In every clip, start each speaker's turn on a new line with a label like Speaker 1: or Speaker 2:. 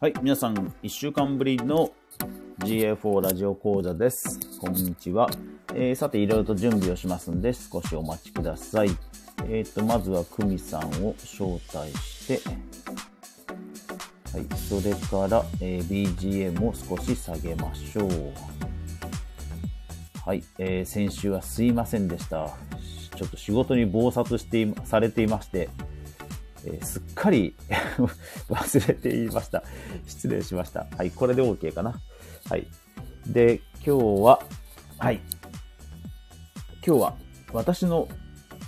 Speaker 1: はい、皆さん、1週間ぶりの GA4 ラジオ講座です。こんにちは。えーさて、いろいろと準備をしますんで、少しお待ちください。えっ、と、まずは久美さんを招待して、はい、それから、えー BGM を少し下げましょう。はい、えー先週はすいませんでした。ちょっと仕事に忙殺していされていまして、えーすっかり 忘れていました。失礼しました。はい、これで OK かな。はい。で、今日は、はい。今日は私の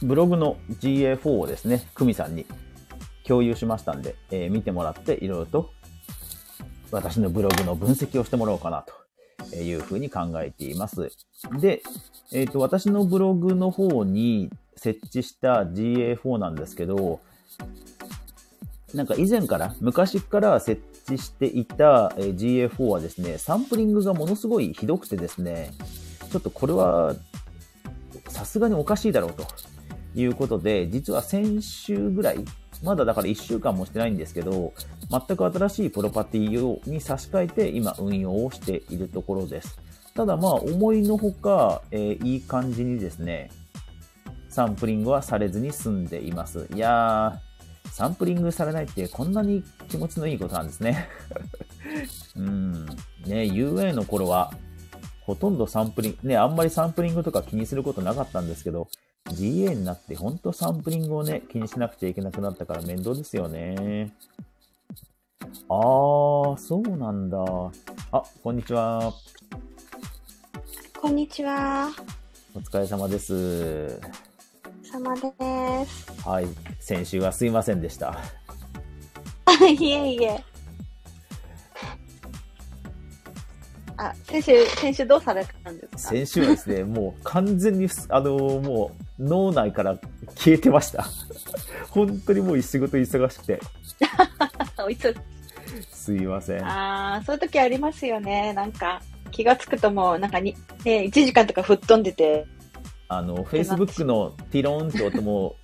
Speaker 1: ブログの GA4 をですね、久美さんに共有しましたんで、えー見てもらっていろいろと私のブログの分析をしてもらおうかなというふうに考えています。で、えっ、と、私のブログの方に設置した GA4 なんですけど、なんか以前から、昔から設置していたえー GA4 はですね、サンプリングがものすごいひどくてですね、ちょっとこれはさすがにおかしいだろうということで、実は先週ぐらい、まだだから1週間もしてないんですけど、全く新しいプロパティをに差し替えて今運用をしているところです。ただまあ思いのほか、えーいい感じにですね、サンプリングはされずに済んでいます。いやー、サンプリングされないってこんなに気持ちのいいことなんですね。 うん。ね、UA の頃は、ほとんどサンプリング、ね、あんまりサンプリングとか気にすることなかったんですけど、GA になってほんとサンプリングをね、気にしなくちゃいけなくなったから面倒ですよね。あー、そうなんだ。あ、こんにちは。
Speaker 2: こんにちは。
Speaker 1: お疲れ様です。
Speaker 2: さまです。
Speaker 1: はい。先週はすいませんでした。
Speaker 2: あ、いえいえ。あ、先週、先週どうされたんですか
Speaker 1: 先週はです ね、もう完全にす、あのーもう脳内から消えてました。本当にもう仕事忙しくて、
Speaker 2: おいつ
Speaker 1: すいません。
Speaker 2: あーそういう時ありますよね。なんか、気がつくともう、なんかに、ね、1時間とか吹っ飛んでて。
Speaker 1: あの、Facebook のティローンって音も、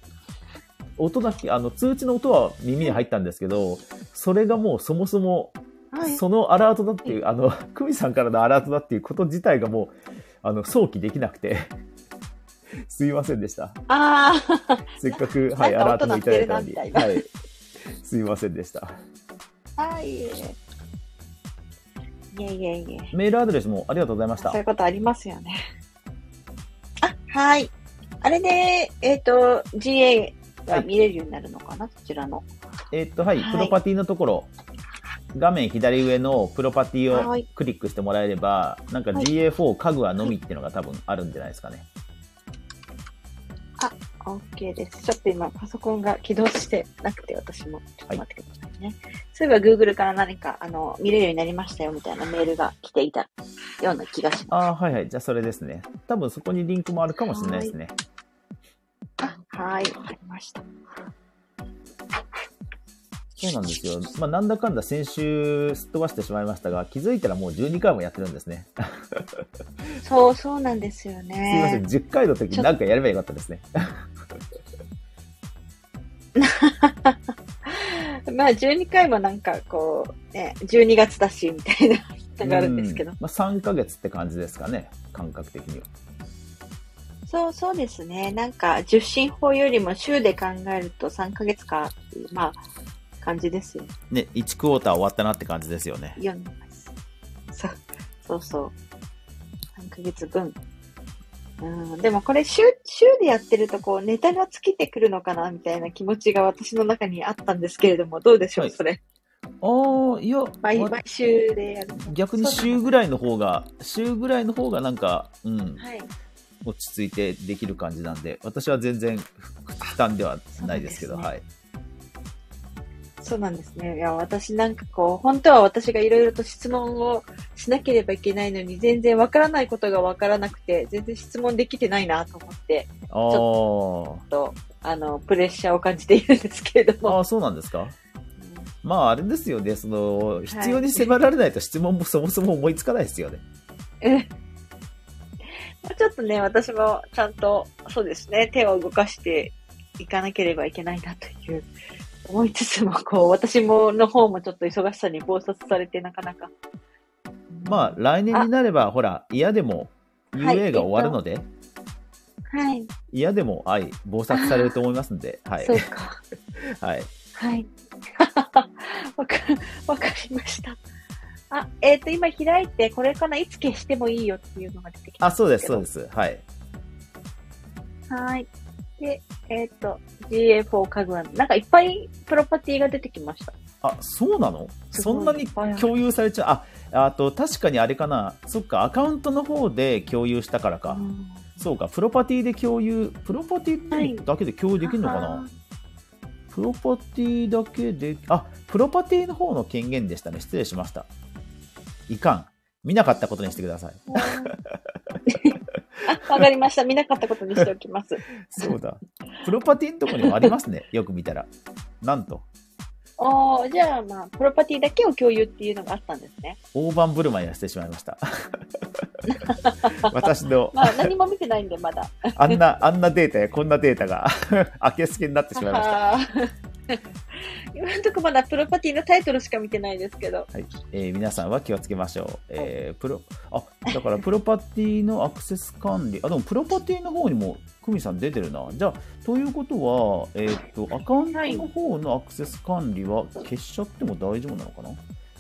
Speaker 1: 音だけ、あの、通知の音は耳に入ったんですけど、それがもうそもそも、
Speaker 2: はい。
Speaker 1: そのアラートだっていう、あの、久美さんからのアラートだっていうこと自体がもう、あの、想起できなくて、すいませんでした。
Speaker 2: あー
Speaker 1: せっかく、はい、ア
Speaker 2: な
Speaker 1: ラ
Speaker 2: ん
Speaker 1: ート
Speaker 2: か
Speaker 1: も
Speaker 2: 音
Speaker 1: いただいたの
Speaker 2: 鳴っ
Speaker 1: に。
Speaker 2: てるなみ
Speaker 1: はい。すいませんでした。
Speaker 2: あー、いえいえ。いえいえいえ。
Speaker 1: メールアドレスもありがとうございまし
Speaker 2: そ
Speaker 1: た
Speaker 2: うい。うことありますよね。あ、はい。あれで、えっ、と、GA が見れるようになるのかな、そちらの。
Speaker 1: えーっと、はい、
Speaker 2: はい
Speaker 1: プロパティのところ、画面左上のプロパティ
Speaker 2: は
Speaker 1: を
Speaker 2: い
Speaker 1: クリックしてもらえれば、なんか
Speaker 2: はい
Speaker 1: GA4 家具はのみっていうのが多分あるんじゃないですかね。
Speaker 2: OK です。ちょっと今、パソコンが起動してなくて、私も。ちょっ
Speaker 1: はい
Speaker 2: と待ってくださいね。そういえば、Google から何か、あの、見れるようになりましたよ、みたいなメールが来ていたような気がしま
Speaker 1: ああ、はいはい。じゃあそれですね。多分そこにリンクもあるかもしれないですね。
Speaker 2: す。はい、わかりました。
Speaker 1: そうなんですよ。まあ、なんだかんだ先週すっ飛ばしてしまいましたが、気づいたらもう12回もやってるんですね。
Speaker 2: そう、そうなんですよ
Speaker 1: すいませ
Speaker 2: ね
Speaker 1: ん。。10回の時に何かやればよかったですね。
Speaker 2: まあ、12回もなんか、こう、ね、12月だし、みたいな、のがあるんですけど
Speaker 1: う。まあ、3ヶ月って感じですかね。感覚的には。
Speaker 2: そう、そうですね。なんか、受信法よりも週で考えると3ヶ月かっていう、まあ、感じですよね。
Speaker 1: ね、1クォーター終わったなって感じですよね。
Speaker 2: 読みます。そう、そうそう。3ヶ月分。うん、でもこれ週、週でやってるとこうネタが尽きてくるのかなみたいな気持ちが私の中にあったんですけれども、どうでしょう、
Speaker 1: はい
Speaker 2: それ。
Speaker 1: ああ、いや、
Speaker 2: 毎
Speaker 1: わ
Speaker 2: 毎週でやる。
Speaker 1: 逆に週ぐらいの方が、週ぐらいの方がなんか、うん、
Speaker 2: はい。
Speaker 1: 落ち着いてできる感じなんで、私は全然負担ではないですけど、
Speaker 2: そう
Speaker 1: は。
Speaker 2: ないそうなんですね。いや、私なんかこう、本当は私がいろいろと質問をしなければいけないのに、全然わからないことがわからなくて、全然質問できてないなと思って、
Speaker 1: あー
Speaker 2: と、あの、プレッシャーを感じているんですけれども。
Speaker 1: あー、そうなんですか
Speaker 2: うん
Speaker 1: まあ、あれですよね、その、必要に迫られないと質問もそ もそも思いつかないですよね。
Speaker 2: うんもうちょっとね、私もちゃんと、そうですね、手を動かしていかなければいけないなという思いつつも、こう、私も、の方もちょっと忙しさに忙殺されて、なかなか。
Speaker 1: まあ、来年になれば、ほら、嫌でも
Speaker 2: はい
Speaker 1: UA が終わるので、
Speaker 2: はい。
Speaker 1: 嫌でも、はい、忙殺されると思いますんで、はい
Speaker 2: そ。うか。
Speaker 1: はい。
Speaker 2: はい。 わか、わかりました。あ、えっ、と、今開いて、これかな、いつ消してもいいよっていうのが出てきた。
Speaker 1: あ、そうです、そうです。はい。
Speaker 2: はい。で、えっ、と、GA4 カグアなんかいっぱいプロパティが出てきました。
Speaker 1: あ、そうなの
Speaker 2: す
Speaker 1: そ
Speaker 2: ごい
Speaker 1: んなに
Speaker 2: いっぱいある
Speaker 1: 共有されちゃう。あ、あと、確かにあれかな。そっか、アカウントの方で共有したからか。
Speaker 2: うん
Speaker 1: そうか、プロパティで共有、プロパテ
Speaker 2: はい
Speaker 1: ィだけで共有できるのかな、
Speaker 2: あー
Speaker 1: プロパティだけで、あ、プロパティの方の権限でしたね。失礼しました。いかん。見なかったことにしてください。
Speaker 2: あ、わかりました。見なかったことにしておきます。
Speaker 1: そう だ。プロパティのとこにもありますね。よく見たら。なんと、
Speaker 2: ああ、じゃあまあ、プロパティだけを共有っていうのがあったんですね。
Speaker 1: 大盤振る舞いをしてしまいま した。私の
Speaker 2: まあ、何も見てないんで、まだ。
Speaker 1: あんな、あんなデータやこんなデータが 明けすけになってしまいました。
Speaker 2: あー 今のとこまだプロパティのタイトルしか見てないですけど。
Speaker 1: はい、えー皆さんは気をつけましょう。えープロ、あ、だからプロパティのアクセス管理、あ、でもプロパティの方にも久美さん出てるな。じゃあ、ということは、えーっと、アカウントの方のアクセス管理は消しちゃっても大丈夫なのかな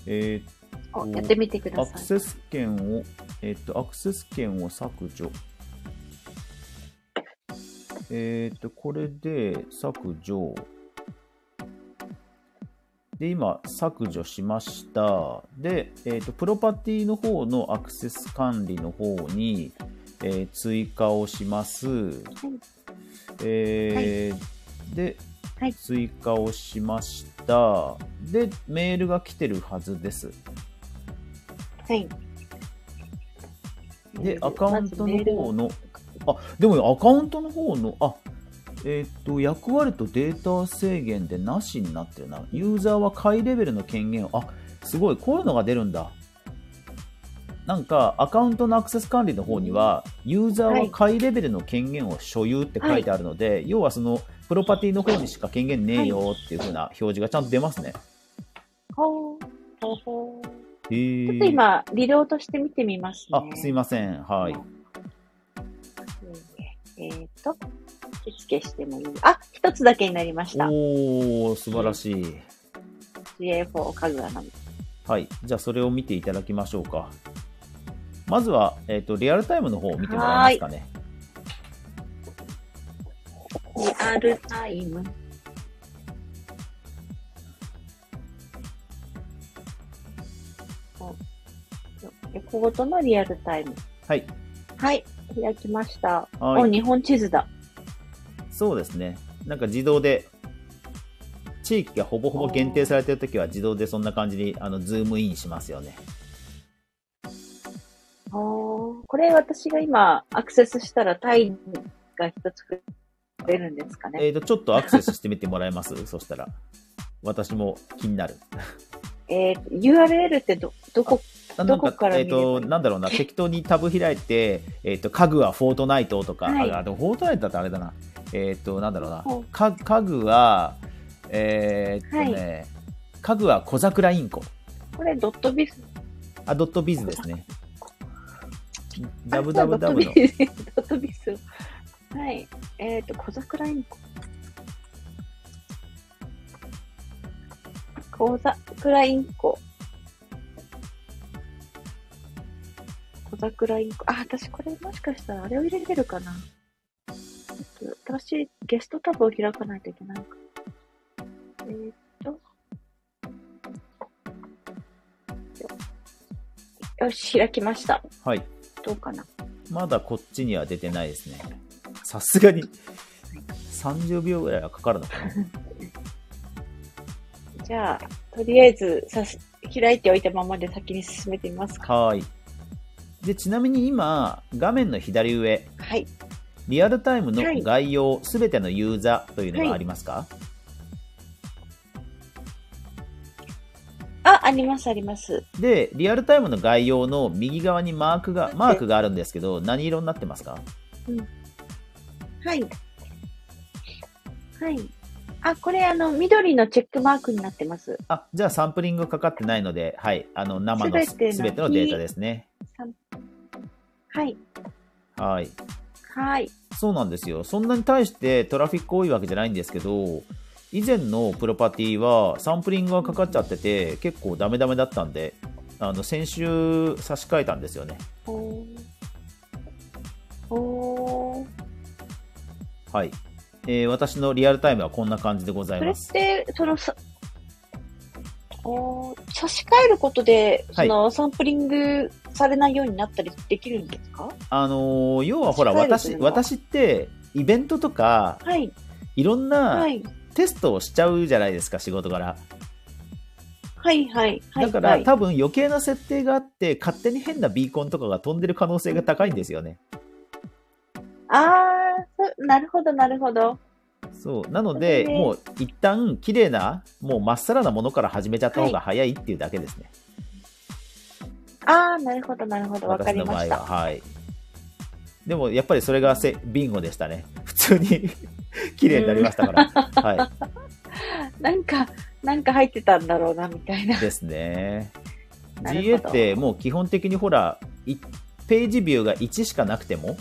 Speaker 1: えーっ
Speaker 2: おやってみてく
Speaker 1: と、
Speaker 2: だ
Speaker 1: ア
Speaker 2: さ
Speaker 1: ク
Speaker 2: い。
Speaker 1: セス権を、えーっと、アクセス権を削除。えーっと、これで削除。で、今、削除しました。で、えっ、と、プロパティの方のアクセス管理の方に、えー追加をします。えーで、
Speaker 2: はい
Speaker 1: 追加をしました。で、メールが来てるはずです。
Speaker 2: はい。
Speaker 1: で、アカウントの方
Speaker 2: ま
Speaker 1: の、あ、でもねアカウントの方の、あ、えーっと、役割とデータ制限でなしになってるな。ユーザーは下位レベルの権限を、あ、すごい、こういうのが出るんだ。なんか、アカウントのアクセス管理の方には、ユーザーは下位レベルの権限を所有って書いてあるので、要はその、プロパティの方にしか権限ねえよっていう風な表示がちゃんと出ますね。
Speaker 2: ほうほうほう
Speaker 1: へー
Speaker 2: ちょっと今、リロードして見てみますね。
Speaker 1: あ、すいません。はい。
Speaker 2: えっ、と、消し消してもいい。あ、一つだけになりました。
Speaker 1: おー、素晴らしい。
Speaker 2: GA4 カグアなんで
Speaker 1: はい、じゃあそれを見ていただきましょうか。まずは、えっとリアルタイムの方を見てもらえますかね。
Speaker 2: リアルタイム。お横ごとのリアルタイム。
Speaker 1: はい、
Speaker 2: はい、開きました。
Speaker 1: はい
Speaker 2: お、日本地図だ。
Speaker 1: そうですね。なんか自動で、地域がほぼほぼ限定されてるときは自動でそんな感じにあのズームインしますよね。
Speaker 2: おーこれ私が今アクセスしたらタイが一つ増えるんですかね。
Speaker 1: えっ、と、ちょっとアクセスしてみてもらえます そしたら。私も気になる。
Speaker 2: えー URL ってど、どこ、
Speaker 1: な
Speaker 2: どこから
Speaker 1: えっ、
Speaker 2: 見ればいい
Speaker 1: と、なんだろう な、適当にタブ開いて、えっ、と、家具はフォートナイトとか、
Speaker 2: はい
Speaker 1: あ、でもフォートナイトだってあれだな。えっ、と、なんだろうな
Speaker 2: ほう、
Speaker 1: か家具は、えっ、とね、家具は小桜インコ。
Speaker 2: これドットビス。
Speaker 1: あ、ドットビズですね。ダブ
Speaker 2: あ
Speaker 1: ダブダブ
Speaker 2: ド
Speaker 1: の。
Speaker 2: ットビス。ドットビス。はい。えっ、と、小桜インコ。小桜インコ。小桜インコ。あ、私これもしかしたらあれを入れてるかな。ちょっと私、ゲストタブを開かないといけないのか。えーっと。よよし、開きました。
Speaker 1: はい。
Speaker 2: どうかな。
Speaker 1: まだこっちには出てないですね。さすがに、30秒ぐらいはかかるのかな。
Speaker 2: じゃあ、とりあえずさし開いておいたままで先に進めてみますか。
Speaker 1: はーい。で、ちなみに今、画面の左上、
Speaker 2: はい。
Speaker 1: リアルタイム
Speaker 2: は
Speaker 1: の
Speaker 2: い
Speaker 1: 概要、すべてのユーザーというのがありますか、
Speaker 2: あ、あります、あります。
Speaker 1: で、リアルタイムの概要の右側にマークが、マークがあるんですけど、何色になってますか
Speaker 2: はい。はい。あ、これあの、緑のチェックマークになってます。
Speaker 1: あ、じゃあサンプリングかかってないので、はい、あの生のす
Speaker 2: 全ての
Speaker 1: べてのデータですね。
Speaker 2: はい。
Speaker 1: はい。
Speaker 2: はい。
Speaker 1: そうなんですよ。そんなに対してトラフィック多いわけじゃないんですけど、以前のプロパティはサンプリングがかかっちゃってて、結構ダメダメだったんで、あの先週差し替えたんですよね。
Speaker 2: おーおー
Speaker 1: はい。えー私のリアルタイムはこんな感じでござい
Speaker 2: それ
Speaker 1: ま
Speaker 2: っ
Speaker 1: す。
Speaker 2: て、そのさ、おー差し替えることで、そ
Speaker 1: はい
Speaker 2: の、サンプリングされないようになったりできるんですか
Speaker 1: あのー要はほら、
Speaker 2: 差し替える
Speaker 1: 私、
Speaker 2: というのは
Speaker 1: 私って、イベントとか、
Speaker 2: はい。
Speaker 1: いろんな
Speaker 2: はい。
Speaker 1: テストをしちゃうじゃないですか、仕事から。
Speaker 2: はい、はい。はい。
Speaker 1: だから、
Speaker 2: はい
Speaker 1: 多分余計な設定があって、勝手に変なビーコンとかが飛んでる可能性が高いんですよね。
Speaker 2: あーそ、なるほど、なるほど。
Speaker 1: そう。なので、
Speaker 2: そうね
Speaker 1: もう一旦綺麗な、もうまっさらなものから始めちゃった方が早いっていうだけですね。
Speaker 2: あー、なるほど、なるほど。わか
Speaker 1: 私
Speaker 2: り
Speaker 1: の場
Speaker 2: ま
Speaker 1: 合
Speaker 2: し
Speaker 1: は。
Speaker 2: た。
Speaker 1: はい。でも、やっぱりそれがせビンゴでしたね。普通に 綺麗になりましたから。は。。
Speaker 2: なんか、なんか入ってたんだろうな、みたいない
Speaker 1: ですね。
Speaker 2: なるほ
Speaker 1: GA
Speaker 2: ど
Speaker 1: ってもう基本的にほら、いページビューが1しかなくても、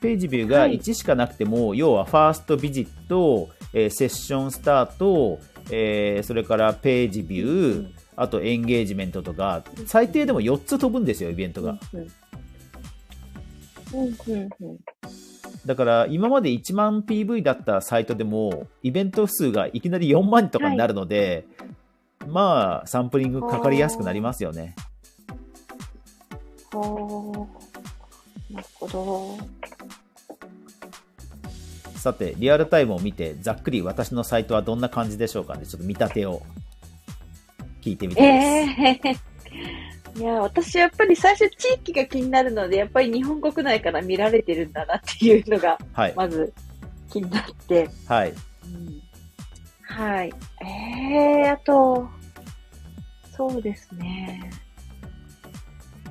Speaker 1: ページビューが
Speaker 2: はい
Speaker 1: 1しかなくても、要はファーストビジット、えーセッションスタート、えーそれからページビュー、
Speaker 2: うん
Speaker 1: あとエンゲージメントとか、最低でも4つ飛ぶんですよ、イベントが。
Speaker 2: うんうんうんうんうん
Speaker 1: だから今まで1万 PV だったサイトでも、イベント数がいきなり4万とかになるので、まあ、サンプリングかかりやすくなりますよね。
Speaker 2: ほーなるほど。
Speaker 1: さて、リアルタイムを見て、ざっくり私のサイトはどんな感じでしょうかね、ちょっと見立てを聞いてみたいです。
Speaker 2: ええ いや、私やっぱり最初地域が気になるので、やっぱり日本国内から見られてるんだなっていうのが、
Speaker 1: はい、
Speaker 2: まず気になって。
Speaker 1: はい、
Speaker 2: うんはい。ええあと、そうですね。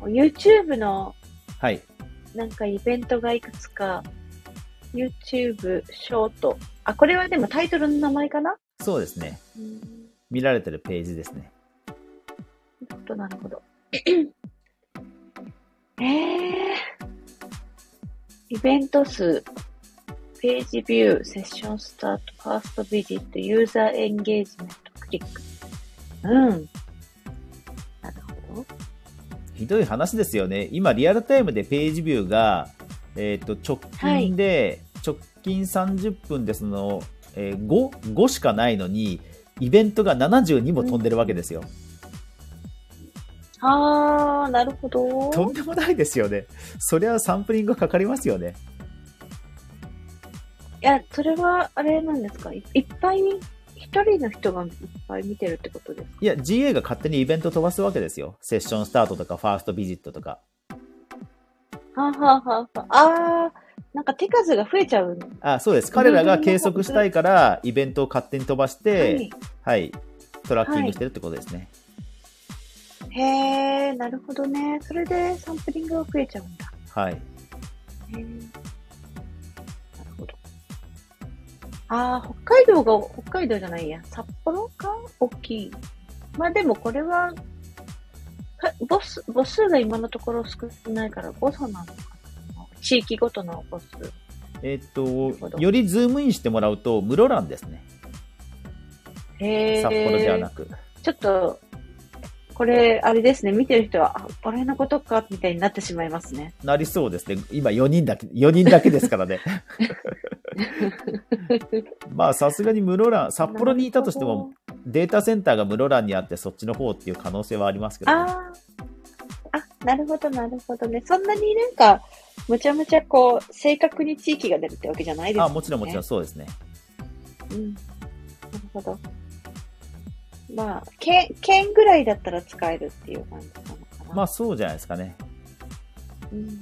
Speaker 2: YouTube の
Speaker 1: はい、
Speaker 2: なんかイベントがいくつか、YouTube ショート。あ、これはでもタイトルの名前かな
Speaker 1: そうですね。
Speaker 2: うん。な
Speaker 1: 見られてるページですね。
Speaker 2: るほど、なるほど。 ええイベント数、ページビュー、セッションスタート、ファーストビジット、ユーザーエンゲージメント、クリック。うん。なるほど。
Speaker 1: ひどい話ですよね。今、リアルタイムでページビューが、えっ、と、直近で、直近30分でその、えー 5, 5しかないのに、イベントが72も飛んでるわけですよ。
Speaker 2: あー、なるほど。
Speaker 1: とんでもないですよね。そりゃサンプリングかかりますよね。
Speaker 2: いや、それは、あれなんですかいいっぱいに、一人の人がいっぱい見てるってことですか
Speaker 1: いや、GA が勝手にイベント飛ばすわけですよ。セッションスタートとか、ファーストビジットとか。
Speaker 2: はあ、はあはあはあ、あーなんか手数が増えちゃうんで。
Speaker 1: あ、そうです。彼らが計測したいから、イベントを勝手に飛ばして、はい、トラッキングしてるってことですね。
Speaker 2: はい、へえ、なるほどね。それでサンプリングが増えちゃうんだ。
Speaker 1: はい。
Speaker 2: へーなるほど。ああ、北海道が、北海道じゃないや。札幌か大きい。まあでもこれは、かボス、母数が今のところ少ないから誤差なのかな。地域ごとの母数。
Speaker 1: えーっ
Speaker 2: ほ
Speaker 1: と、
Speaker 2: ど
Speaker 1: よりズームインしてもらうと、室蘭ですね。
Speaker 2: へえ。
Speaker 1: 札幌じゃなく。
Speaker 2: ちょっと、これ、あれですね、見てる人は、あ、これのことか、みたいになってしまいますね。
Speaker 1: なりそうですね。今4人だけ、4人だけですからね。まあ、さすがに室蘭、札幌にいたとしても、データセンターが室蘭にあって、そっちの方っていう可能性はありますけどね、
Speaker 2: なるほど。あーあ、なるほど、なるほどね。そんなになんか、むちゃむちゃこう、正確に地域が出るってわけじゃないです
Speaker 1: あ、
Speaker 2: ね。
Speaker 1: もちろんもちろんそうですね。
Speaker 2: うん。なるほど。まあ、県、県ぐらいだったら使えるっていう感じなのかな。
Speaker 1: まあ、そうじゃないですかね。
Speaker 2: うん。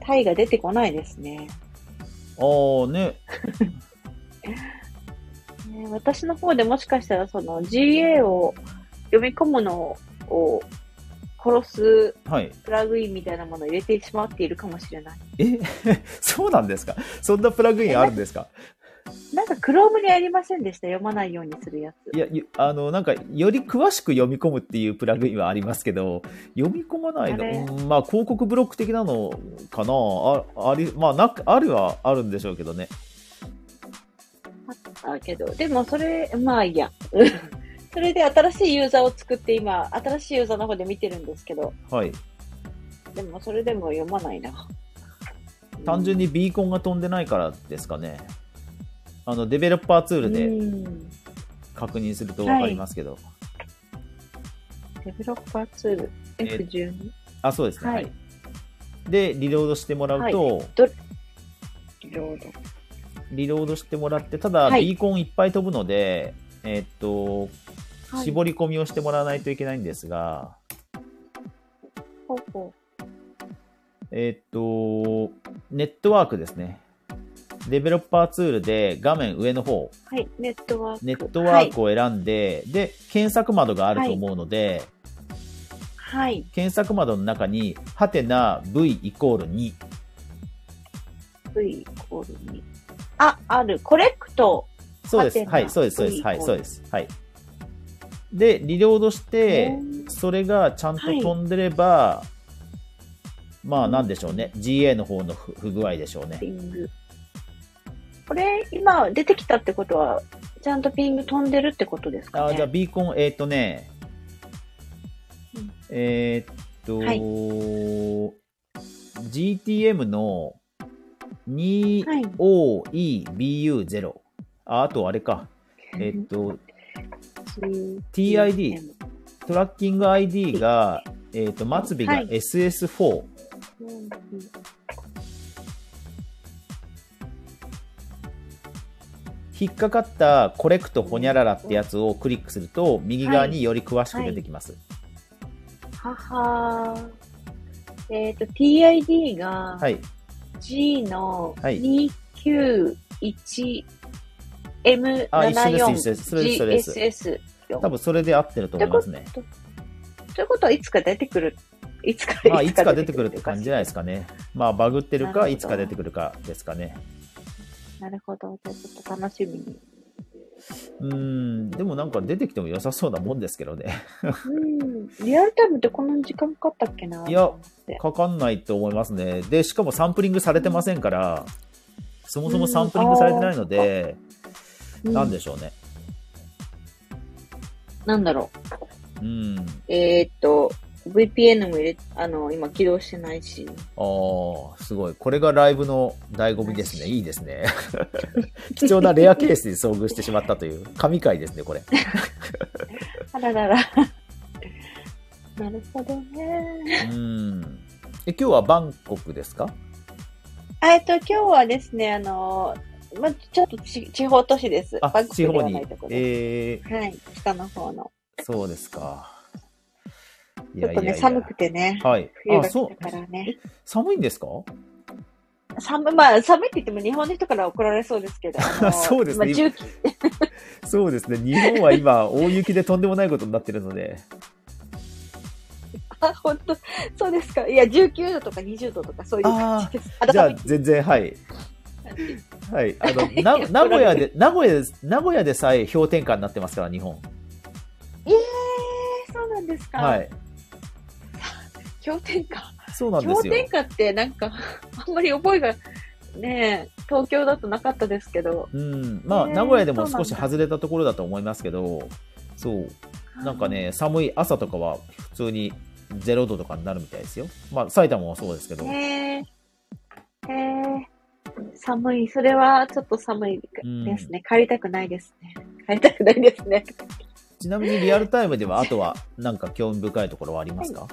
Speaker 2: タイが出てこないですね。
Speaker 1: ああね、
Speaker 2: ね、私の方でもしかしたらその GA を読み込むのをこ殺す
Speaker 1: はい。
Speaker 2: プラグインみたいなものを入れてしまっているかもしれない。
Speaker 1: えそうなんですかそんなプラグインあるんですか
Speaker 2: なんか Chrome にありませんでした。読まないようにするやつ。
Speaker 1: いや、ゆあの、なんか、より詳しく読み込むっていうプラグインはありますけど、読み込まない
Speaker 2: あれ
Speaker 1: の、うんまあ、広告ブロック的なのかなあ、あり、まあ、なく、あるはあるんでしょうけどね。
Speaker 2: だけど、でもそれ、まあいいや。 それで新しいユーザーを作って今、新しいユーザーの方で見てるんですけど、
Speaker 1: はい。
Speaker 2: でもそれでも読まないな。
Speaker 1: 単純
Speaker 2: に
Speaker 1: にビーコンが飛んでないからですかね。あの、デベロッパーツールで
Speaker 2: うん
Speaker 1: 確認するとわかりますけど。
Speaker 2: デベロッパーツール
Speaker 1: え
Speaker 2: F12
Speaker 1: あ、そうですね。
Speaker 2: はい
Speaker 1: はい。で、リロードしてもらうと、
Speaker 2: ロード。
Speaker 1: リロードしてもらって、ただ、
Speaker 2: はい
Speaker 1: ビーコンいっぱい飛ぶので、えーっと、
Speaker 2: はい
Speaker 1: 絞り込みをしてもらわないといけないんですが、
Speaker 2: ほうほ
Speaker 1: えーっと、ネットワークですね。デベロッパーツールで画面上の方、
Speaker 2: うはい、ネットワーク。
Speaker 1: ネットワー
Speaker 2: を。
Speaker 1: クを選んで、で、検索窓があると思うので、
Speaker 2: はい。
Speaker 1: 検索窓の中に、ハテナ V イコール2。
Speaker 2: V イコールに。あ、ある。コレクト。
Speaker 1: そうです。
Speaker 2: ハテナ
Speaker 1: はい、そうです、そうで
Speaker 2: V イ
Speaker 1: す。
Speaker 2: コー
Speaker 1: は
Speaker 2: ル
Speaker 1: い、そうです。はい。で、リロードして、
Speaker 2: うん
Speaker 1: それがちゃんと
Speaker 2: はい
Speaker 1: 飛んでれば、まあなんでしょうね。GA の方の不不具合でしょうね。
Speaker 2: ピング。これ、今出てきたってことは、ちゃんとピング飛んでるってことですかね。
Speaker 1: あじゃあビーコン、えっ、とね
Speaker 2: うん、
Speaker 1: えーっと、
Speaker 2: はい
Speaker 1: GTM の 2OEBU0、あ、あとあれか、えーっと、
Speaker 2: うん、
Speaker 1: TID、トラッキング ID が、えーっと、末尾
Speaker 2: は
Speaker 1: が
Speaker 2: い
Speaker 1: SS4、
Speaker 2: うん
Speaker 1: 引っかかったコレクトホニャララってやつをクリックすると、右側により詳しく出てきます。
Speaker 2: ははーえっ、と、TID が
Speaker 1: はい。
Speaker 2: G の
Speaker 1: はい
Speaker 2: 291M74GSS4。
Speaker 1: あ一緒です一緒ですそれですそれです多分それで合ってると思いますね。
Speaker 2: ということはいつか出てくる。いつか、
Speaker 1: まあ、いつか出てくるって感じじゃないですかね。まあ、バグってる
Speaker 2: なるほ
Speaker 1: か、
Speaker 2: ど
Speaker 1: いつか出てくるかですかね。
Speaker 2: なるほど。じゃあちょっと楽しみに。
Speaker 1: うーん、でもなんか出てきても良さそうなもんですけどね。
Speaker 2: うん。リアルタイムってこんなに時間かかったっけないい
Speaker 1: や、かかんないと思いますね。で、しかもサンプリングされてませんから、そもそもサンプリングされてないので、
Speaker 2: う
Speaker 1: なんでしょうね。
Speaker 2: なんだろ
Speaker 1: うん。
Speaker 2: う。えーっと、VPN も入れ、あの、今起動してないし。
Speaker 1: ああ、すごい。これがライブの醍醐味ですね。いいですね。貴重なレアケースに遭遇してしまったという、 神回ですね、これ。
Speaker 2: あらら ら。なるほどね。
Speaker 1: うん。え、今日はバンコクですか
Speaker 2: あえっと、今日はですね、あの、ま、ちょっとち地方都市です。
Speaker 1: あ
Speaker 2: バン、コク
Speaker 1: 地
Speaker 2: で
Speaker 1: 方
Speaker 2: はな
Speaker 1: に
Speaker 2: いとこ。ろで
Speaker 1: え
Speaker 2: はい、北の方の。
Speaker 1: ー、そうですか。い
Speaker 2: ちょっとね、寒くてね。
Speaker 1: はい。
Speaker 2: 冬
Speaker 1: あ、
Speaker 2: が
Speaker 1: そう
Speaker 2: 来。たからね。
Speaker 1: 寒いんですか
Speaker 2: 寒、まあ、寒いって言っても日本の人から怒られそうですけど。あ の
Speaker 1: そうですね
Speaker 2: まあ、重機
Speaker 1: そうですね。日本は 今、大雪でとんでもないことになってるので。
Speaker 2: あ、本当そうですか。いや、19度とか20度とかそういう感じです。あ
Speaker 1: じゃあ
Speaker 2: だか、
Speaker 1: 全然、はい。はい。あの、 な名古屋で、名古屋で、名古屋でさえ氷点下になってますから、日本。
Speaker 2: らえー、そうなんですか。
Speaker 1: はい。
Speaker 2: 氷点下。
Speaker 1: そうなんです
Speaker 2: 氷
Speaker 1: よ。
Speaker 2: 点下ってなんか、 あんまり覚えが、ねえ、東京だとなかったですけど。
Speaker 1: うん。まあ、
Speaker 2: ねえ
Speaker 1: 名古屋でも
Speaker 2: そうなん
Speaker 1: 少
Speaker 2: だ
Speaker 1: し外れたところだと思いますけど、そう。なんか。ね、寒い朝とかは普通に0度とかになるみたいですよ。まあ、埼玉もそうですけど。
Speaker 2: へえー、へー寒い。それはちょっと寒いですね。帰りたくないですね。帰りたくないですね。
Speaker 1: ちなみにリアルタイムでは、あとはなんか興味深いところはありますか、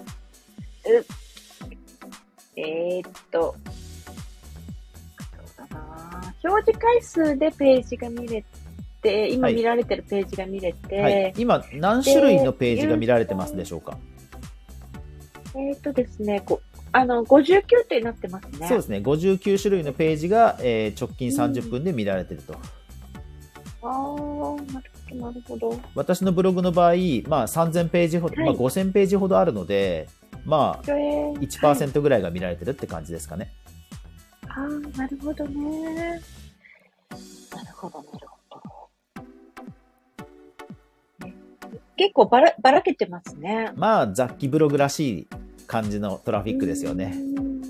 Speaker 2: えーっと、そうだな表示回数でページが見れて、今
Speaker 1: はい
Speaker 2: 見られてるページが見れて、
Speaker 1: はい、今、何種類のページが見られてますでしょうか、
Speaker 2: えーっとですね、こあの、59点になってますね。
Speaker 1: そうですね、59種類のページが、えー直近30分で見られてると。
Speaker 2: あー、なるほど、なるほど。
Speaker 1: 私のブログの場合、まあ、3000ページほど、
Speaker 2: はい
Speaker 1: まあ、5000ページほどあるので、まあ、
Speaker 2: へえはい
Speaker 1: 1%ぐらいが見られてるって感じですかね。
Speaker 2: ああ、なるほどね。なるほど、なるほど。ね結構ばらばらけてますね。
Speaker 1: まあ、雑記ブログらしい感じのトラフィックですよね。
Speaker 2: うーん。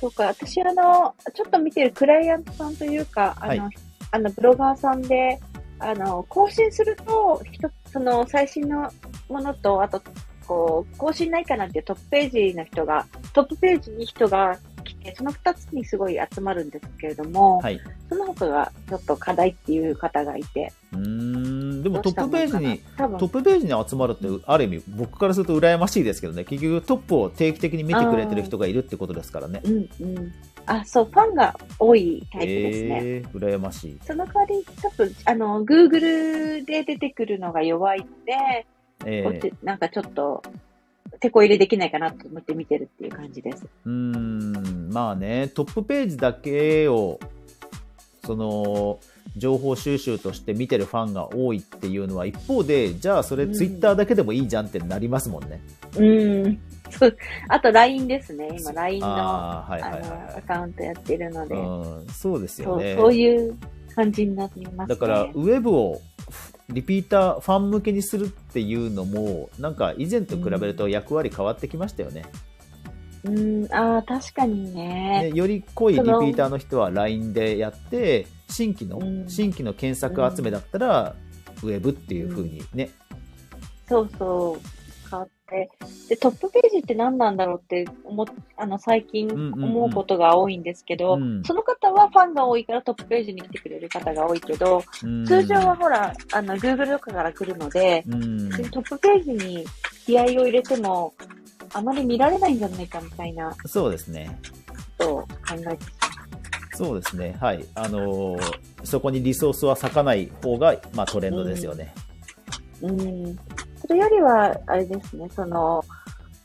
Speaker 2: そうか、私、あの、ちょっと見てるクライアントさんというか、あの、
Speaker 1: は
Speaker 2: あのブロガーさんで、あの、更新すると、ひとその、最新のものと、あと、こう、更新ないかなっていうトップページの人が、トップページに人が来て、その2つにすごい集まるんですけれども、
Speaker 1: はい。
Speaker 2: その他がちょっと課題っていう方がいて、
Speaker 1: うーん、でも
Speaker 2: ど
Speaker 1: ト
Speaker 2: うした
Speaker 1: ッ
Speaker 2: も
Speaker 1: プ
Speaker 2: のか
Speaker 1: ページ
Speaker 2: な
Speaker 1: に、、
Speaker 2: 多分
Speaker 1: トップページに集まるって、ある意味、僕からすると羨ましいですけどね、結局トップを定期的に見てくれてる人がいるってことですからね。
Speaker 2: うんうん。あ、そう、ファンが多いタイプですね。
Speaker 1: えー、羨ましい。
Speaker 2: その代わり、多分、あの、Google で出てくるのが弱いので、
Speaker 1: え
Speaker 2: こっ
Speaker 1: ー、
Speaker 2: ちなんかちょっと、手こ入れできないかなと思って見てるっていう感じです。
Speaker 1: うーん、まあね、トップページだけを、その、情報収集として見てるファンが多いっていうのは一方でじゃあそれ
Speaker 2: うん
Speaker 1: ツイッターだけでもいいじゃんってなりますもんね。
Speaker 2: うん。そう。あと LINE ですね。今 LINE の、あ
Speaker 1: ああはいはいはい
Speaker 2: の、
Speaker 1: は
Speaker 2: ア
Speaker 1: い。
Speaker 2: カウントやってるので、
Speaker 1: うん、そうです
Speaker 2: そ
Speaker 1: よね。
Speaker 2: う、そういう感じになります
Speaker 1: だ
Speaker 2: ね。
Speaker 1: から、ウェブをリピーター、ファン向けにするっていうのも、なんか以前と比べると役割変わってきましたよね。
Speaker 2: うん、ああ、確かにね。
Speaker 1: ねより濃いリピ
Speaker 2: その
Speaker 1: ーターの人は LINE でやって、新規の、
Speaker 2: うん
Speaker 1: 新規の検索集めだったら、ウェブっていう風にね、
Speaker 2: そうそう。変わって。で、トップページって何なんだろうって思っ、あの、最近
Speaker 1: んうんうん
Speaker 2: 思うことが多いんですけ
Speaker 1: う
Speaker 2: ど、
Speaker 1: ん
Speaker 2: その方はファンが多いからトップページに来てくれる方が多いけど、
Speaker 1: うん
Speaker 2: 通常はほら、あの、Google とかから来るので、
Speaker 1: うん
Speaker 2: トップページに気合を入れても、あまり見られないんじゃないかみたいな
Speaker 1: そうですね。
Speaker 2: ことを考えて、
Speaker 1: そうですね。はい。あのーそこにリソースは割かない方が、まあトレンドですよね。
Speaker 2: うん。それよりは、あれですね、その、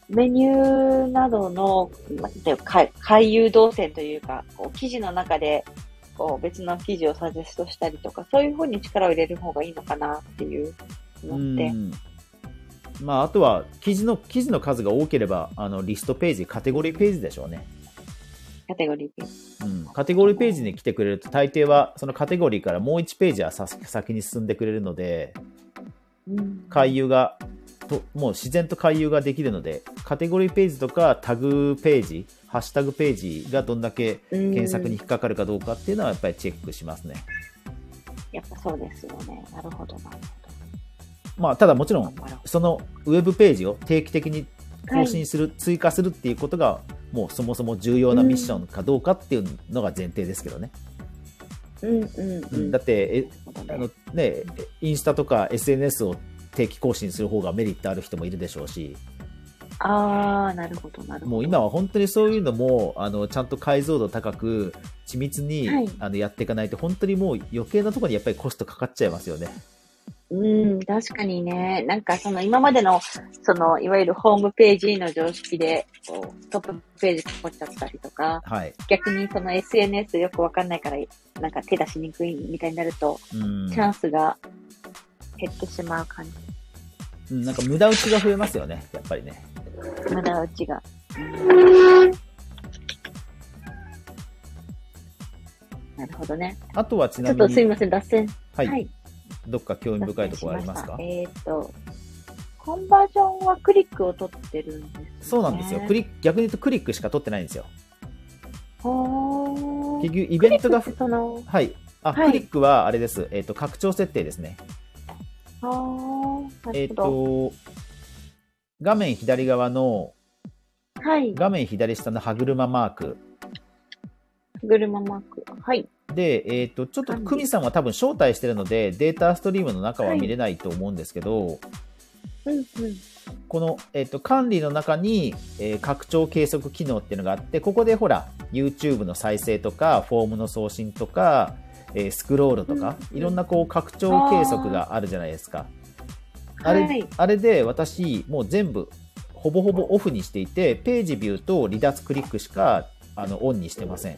Speaker 2: メニューなどの、までか回遊動線というか、こう記事の中で、こう別の記事をサジェストしたりとか、そういう方に力を入れる方がいいのかなっていう思って。
Speaker 1: うんまあ、あとは記事の記事の数が多ければあのリストページカテゴリーページでしょうね、
Speaker 2: カテゴリーで
Speaker 1: うん、カテゴリーページに来てくれると大抵はそのカテゴリーからもう1ページはさ先に進んでくれるので
Speaker 2: うん
Speaker 1: 回遊がともう自然と回遊ができるのでカテゴリーページとかタグページハッシュタグページがどんだけ検索に引っかかるかどうかっていうのはやっぱりチェックしますね、
Speaker 2: やっぱそうですよね。なるほど、なる
Speaker 1: まあ、ただもちろ
Speaker 2: ほ
Speaker 1: ん
Speaker 2: ど。なるほ
Speaker 1: そのウェブページを定期的に
Speaker 2: ど
Speaker 1: 更新する、追加するっていうことがもうそもそも重要なミッションかどうかっていうのが前提ですけどね、
Speaker 2: うんうんう
Speaker 1: うん
Speaker 2: ん。
Speaker 1: だって
Speaker 2: なるほど
Speaker 1: えあの、
Speaker 2: ね
Speaker 1: ね、インスタとか SNS を定期更新する方がメリットある人もいるでしょうし
Speaker 2: ああ、なるほど、なるほど。
Speaker 1: もう今は本当にそういうのもあのちゃんと解像度高く緻密に、
Speaker 2: はい
Speaker 1: あのやっていかないと本当にもう余計なところにやっぱりコストかかっちゃいますよね。
Speaker 2: うん、確かにね。なんかその今までの、その、いわゆるホームページの常識で、こう、トップページ囲っちゃったりとか、
Speaker 1: はい、
Speaker 2: 逆にその SNS よくわかんないから、なんか手出しにくいみたいになると、
Speaker 1: うん
Speaker 2: チャンスが減ってしまう感じ。
Speaker 1: うんなんか無駄打ちが増えますよねやっぱりね。
Speaker 2: 無駄打ちが。なるほどね。
Speaker 1: あとはち
Speaker 2: ちょ
Speaker 1: な
Speaker 2: っと
Speaker 1: み
Speaker 2: すい
Speaker 1: に、
Speaker 2: ません、脱線。
Speaker 1: はいどっか興味深いところありますか
Speaker 2: 脱線しましたえっ、と、コンバージョンはクリックを取ってるんです、ね。
Speaker 1: そうなんですよ、クリック逆に言うとクリックしか取ってないんですよ。
Speaker 2: ほー
Speaker 1: 結局イベントがふ
Speaker 2: その、
Speaker 1: はい。あ、
Speaker 2: はい
Speaker 1: クリックはあれです。えっ、と、拡張設定ですね。
Speaker 2: あー、な
Speaker 1: え
Speaker 2: る
Speaker 1: っ、
Speaker 2: ほど。
Speaker 1: と、画面左側の、
Speaker 2: はい。
Speaker 1: 画面左下の歯車マーク。
Speaker 2: 車マーク。はい。
Speaker 1: で、えっ、と、ちょっと
Speaker 2: はい
Speaker 1: クミさんは多分招待してるので、データストリームの中は見れないと思うんですけど、
Speaker 2: うんうん。
Speaker 1: この、えっと管理の中に、えー拡張計測機能っていうのがあってここでほら YouTube の再生とかフォームの送信とか、えースクロールとか、
Speaker 2: うん
Speaker 1: いろんなこう拡張計測があるじゃないですかあれ,、
Speaker 2: はい
Speaker 1: あれで私もう全部ほぼほぼオフにしていてページビューと離脱クリックしかあのオンにしてません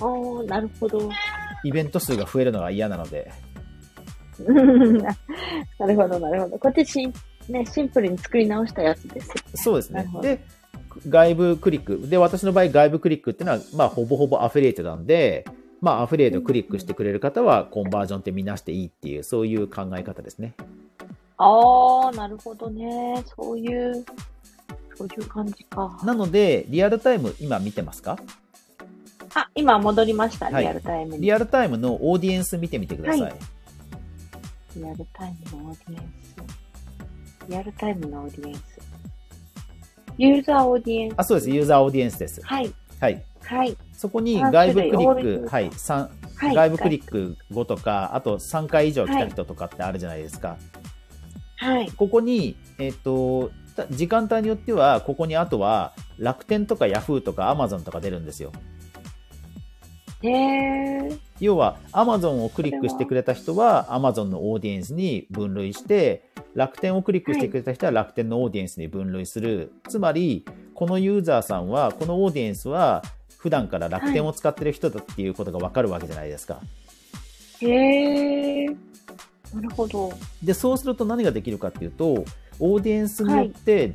Speaker 2: あー、なるほど。
Speaker 1: イベント数が増えるのが嫌なので
Speaker 2: なるほど、なるほど。こっちし、ね、シンプルに作り直したやつです。
Speaker 1: そうです
Speaker 2: な
Speaker 1: ね
Speaker 2: るほ。ど
Speaker 1: で、外部クリック。で、私の場合、外部クリックっていうのは、まあ、ほぼほぼアフィリエイトなんで、まあ、アフィリエイトクリックしてくれる方は、コンバージョンって見なしていいっていう、そういう考え方ですね。
Speaker 2: ああ、なるほどね。そういう、そういう感じか。
Speaker 1: なので、リアルタイム、今見てますか
Speaker 2: あ、今戻りました。
Speaker 1: はい
Speaker 2: リアルタイムに。
Speaker 1: リアルタイムのオーディエンス見てみてください。
Speaker 2: はいリアルタイムのオーディエンス。リアルタイムのオーディエンス。ユーザーオーディエンス。
Speaker 1: あ、そうです。ユーザーオーディエンスです。
Speaker 2: はい。
Speaker 1: はい。
Speaker 2: はい。
Speaker 1: そこに
Speaker 2: あ
Speaker 1: 外部クリ
Speaker 2: 種類多い
Speaker 1: ッ
Speaker 2: で
Speaker 1: ク、
Speaker 2: すか
Speaker 1: はい、三
Speaker 2: はい。
Speaker 1: 外部クリック5とか、あと3回以上来た人とかってあるじゃないですか。
Speaker 2: はい。
Speaker 1: ここに、えっ、と、た時間帯によっては、ここにあとは楽天とかヤフーとかアマゾンとか出るんですよ。
Speaker 2: へえ。
Speaker 1: 要は、アマゾンをクリックしてくれた人は、アマゾンのオーディエンスに分類して、楽天をクリックしてくれた人は、楽天のオーディエンスに分類する。つまり、このユーザーさんは、このオーディエンスは、普段から楽天を使ってる人だっていうことがわかるわけじゃないですか。
Speaker 2: へえ。なるほど。
Speaker 1: で、そうすると何ができるかっていうと、オーディエンスによって、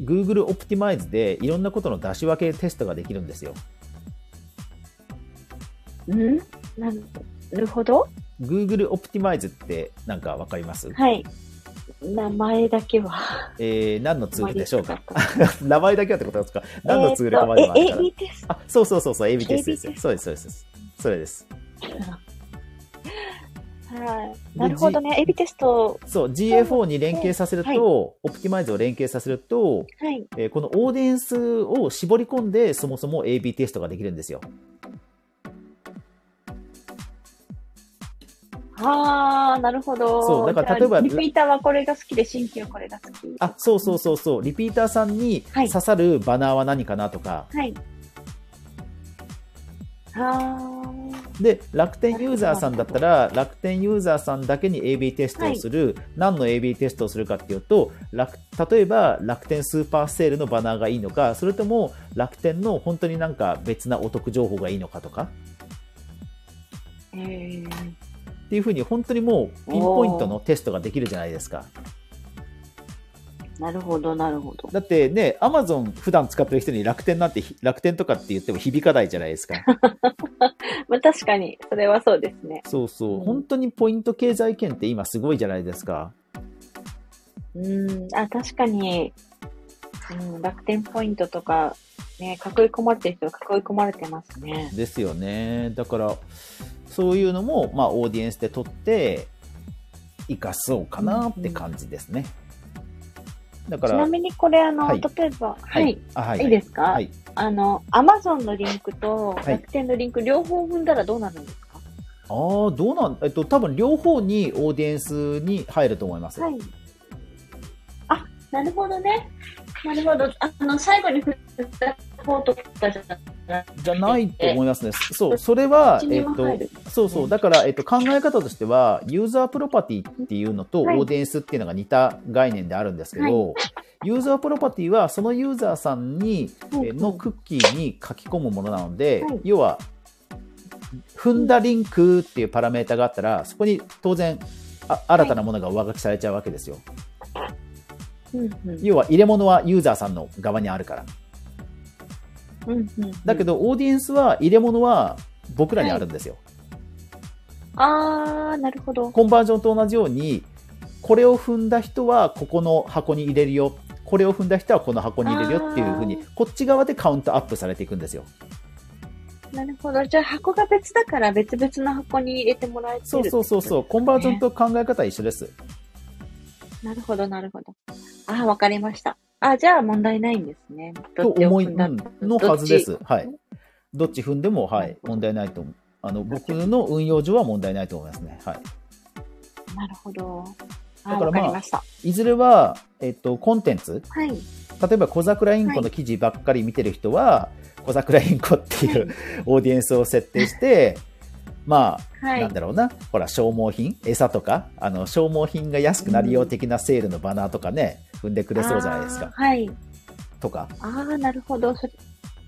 Speaker 1: Google オプティマイズでいろんなことの出し分けテストができるんですよ。
Speaker 2: うんなるほど。
Speaker 1: Google オプティマイズってなんかわかります、
Speaker 2: はい。名前だけは。
Speaker 1: えー、何のツールでしょうか
Speaker 2: あまり
Speaker 1: 名前だけはってことなんですか何のツールかまで
Speaker 2: え
Speaker 1: も
Speaker 2: っ
Speaker 1: あ
Speaker 2: と
Speaker 1: る
Speaker 2: え、
Speaker 1: か
Speaker 2: え
Speaker 1: ら。
Speaker 2: AB テス
Speaker 1: あ、そうそうそうそう、AB テストですよ
Speaker 2: AB。
Speaker 1: そうです、そうですそうです。それです。
Speaker 2: ト。はい。なるほどね。AB テスト。
Speaker 1: そう、GFO に連携させると、
Speaker 2: はい
Speaker 1: オプティマイズを連携させると、
Speaker 2: はい。
Speaker 1: えーこのオーディエンスを絞り込んで、そもそも AB テストができるんですよ。
Speaker 2: ああ、なるほど。
Speaker 1: そうだから例えば
Speaker 2: じゃあリピーターはこれが好きで、新規はこれが好き。
Speaker 1: あ、そうそうそうそう、リピーターさんに
Speaker 2: はい
Speaker 1: 刺さるバナーは何かなとか、
Speaker 2: はい。あ
Speaker 1: で、楽天ユーザーさんだったら、楽天ユーザーさんだけに AB テストをする、何の AB テストをするかっていうと、楽例えば楽天スーパーセールのバナーがいいのか、それとも楽天の本当になんか別なお得情報がいいのかとか、
Speaker 2: あ、えー、
Speaker 1: っていうふうに本当にもうピンポイントのテストができるじゃないですか。
Speaker 2: なるほど、なるほど。
Speaker 1: だってね、アマゾン普段使ってる人に楽天なんてひ、楽天とかって言っても響かないじゃないですか。
Speaker 2: まあ、確かに、それはそうですね。
Speaker 1: そうそうう、
Speaker 2: ん
Speaker 1: 本当にポイント経済圏って今すごいじゃないですか。
Speaker 2: うん、あ、確かに、うん、楽天ポイントとか、ね、囲い込まれてる人は囲い込まれてますね。
Speaker 1: ですよね。だから、そういうのも、まあ、オーディエンスで取って、生かそうかなって感じですね。だか
Speaker 2: ちな
Speaker 1: ら、
Speaker 2: みにこれ、あの、
Speaker 1: はい
Speaker 2: 例えば、
Speaker 1: は
Speaker 2: はいい、、
Speaker 1: あはい
Speaker 2: いですか、
Speaker 1: はい。
Speaker 2: あの、アマゾンのリンクと
Speaker 1: はい
Speaker 2: 楽天のリンク、両方踏んだらどうなるんですか
Speaker 1: ああ、どうなん、えっと、多分両方にオーディエンスに入ると思います。
Speaker 2: はい。あ、なるほどね。なるほど。あの、最後に振った方とかじゃ
Speaker 1: じゃないと思いますね。そう、それは、
Speaker 2: 一
Speaker 1: え
Speaker 2: に
Speaker 1: っ
Speaker 2: も
Speaker 1: と
Speaker 2: 入、る。
Speaker 1: そうそう、だから、えっと、考え方としては、ユーザープロパティっていうのと、オ
Speaker 2: はい
Speaker 1: ーディエンスっていうのが似た概念であるんですけど、ユーザープロパティは、そのユーザーさんに、えーのクッキーに書き込むものなので、
Speaker 2: はい
Speaker 1: 要は、踏んだリンクっていうパラメータがあったら、そこに当然、あ新たなものが上書きされちゃうわけですよ。
Speaker 2: うんうん
Speaker 1: 要は、入れ物はユーザーさんの側にあるから。
Speaker 2: うんうん
Speaker 1: だけど、オーディエンスは、入れ物は僕らにあるんですよ。
Speaker 2: あー、なるほど。
Speaker 1: コンバージョンと同じように、これを踏んだ人はここの箱に入れるよ。これを踏んだ人はこの箱に入れるよっていうふうに
Speaker 2: あ、
Speaker 1: こっち側でカウントアップされていくんですよ。
Speaker 2: なるほど。じゃあ、箱が別だから別々の箱に入れてもらえてる。
Speaker 1: そうそうそうそう。コンバージョンと考え方は一緒です。
Speaker 2: う。なるほど、なるほど。あー、わかりました。あ、じゃあ問題ないんですね。
Speaker 1: と
Speaker 2: どっちを
Speaker 1: 思い、
Speaker 2: 踏んだ
Speaker 1: うんのはずで。
Speaker 2: ど
Speaker 1: す。はい。どっち踏んでも、はい、問題ないと思う。あの、僕の運用上は問題ないと思いますね。はい。
Speaker 2: っちなるほど。あ
Speaker 1: だ
Speaker 2: ー、
Speaker 1: からま
Speaker 2: わか
Speaker 1: あ
Speaker 2: りました。
Speaker 1: いずれは、えっと、コンテンツ、
Speaker 2: はい。
Speaker 1: 例えば小桜インコの記事ばっかり見てる人は、小桜インコっていうオーディエンスを設定して、まあ、
Speaker 2: は
Speaker 1: なん
Speaker 2: い。
Speaker 1: だろうな、ほら、消耗品、餌とか、あの消耗品が安くなるよう的なセールのバナーとかね、踏んでくれそうじゃないですか
Speaker 2: あ。ーはい。
Speaker 1: とか、
Speaker 2: ああ、なるほど。それ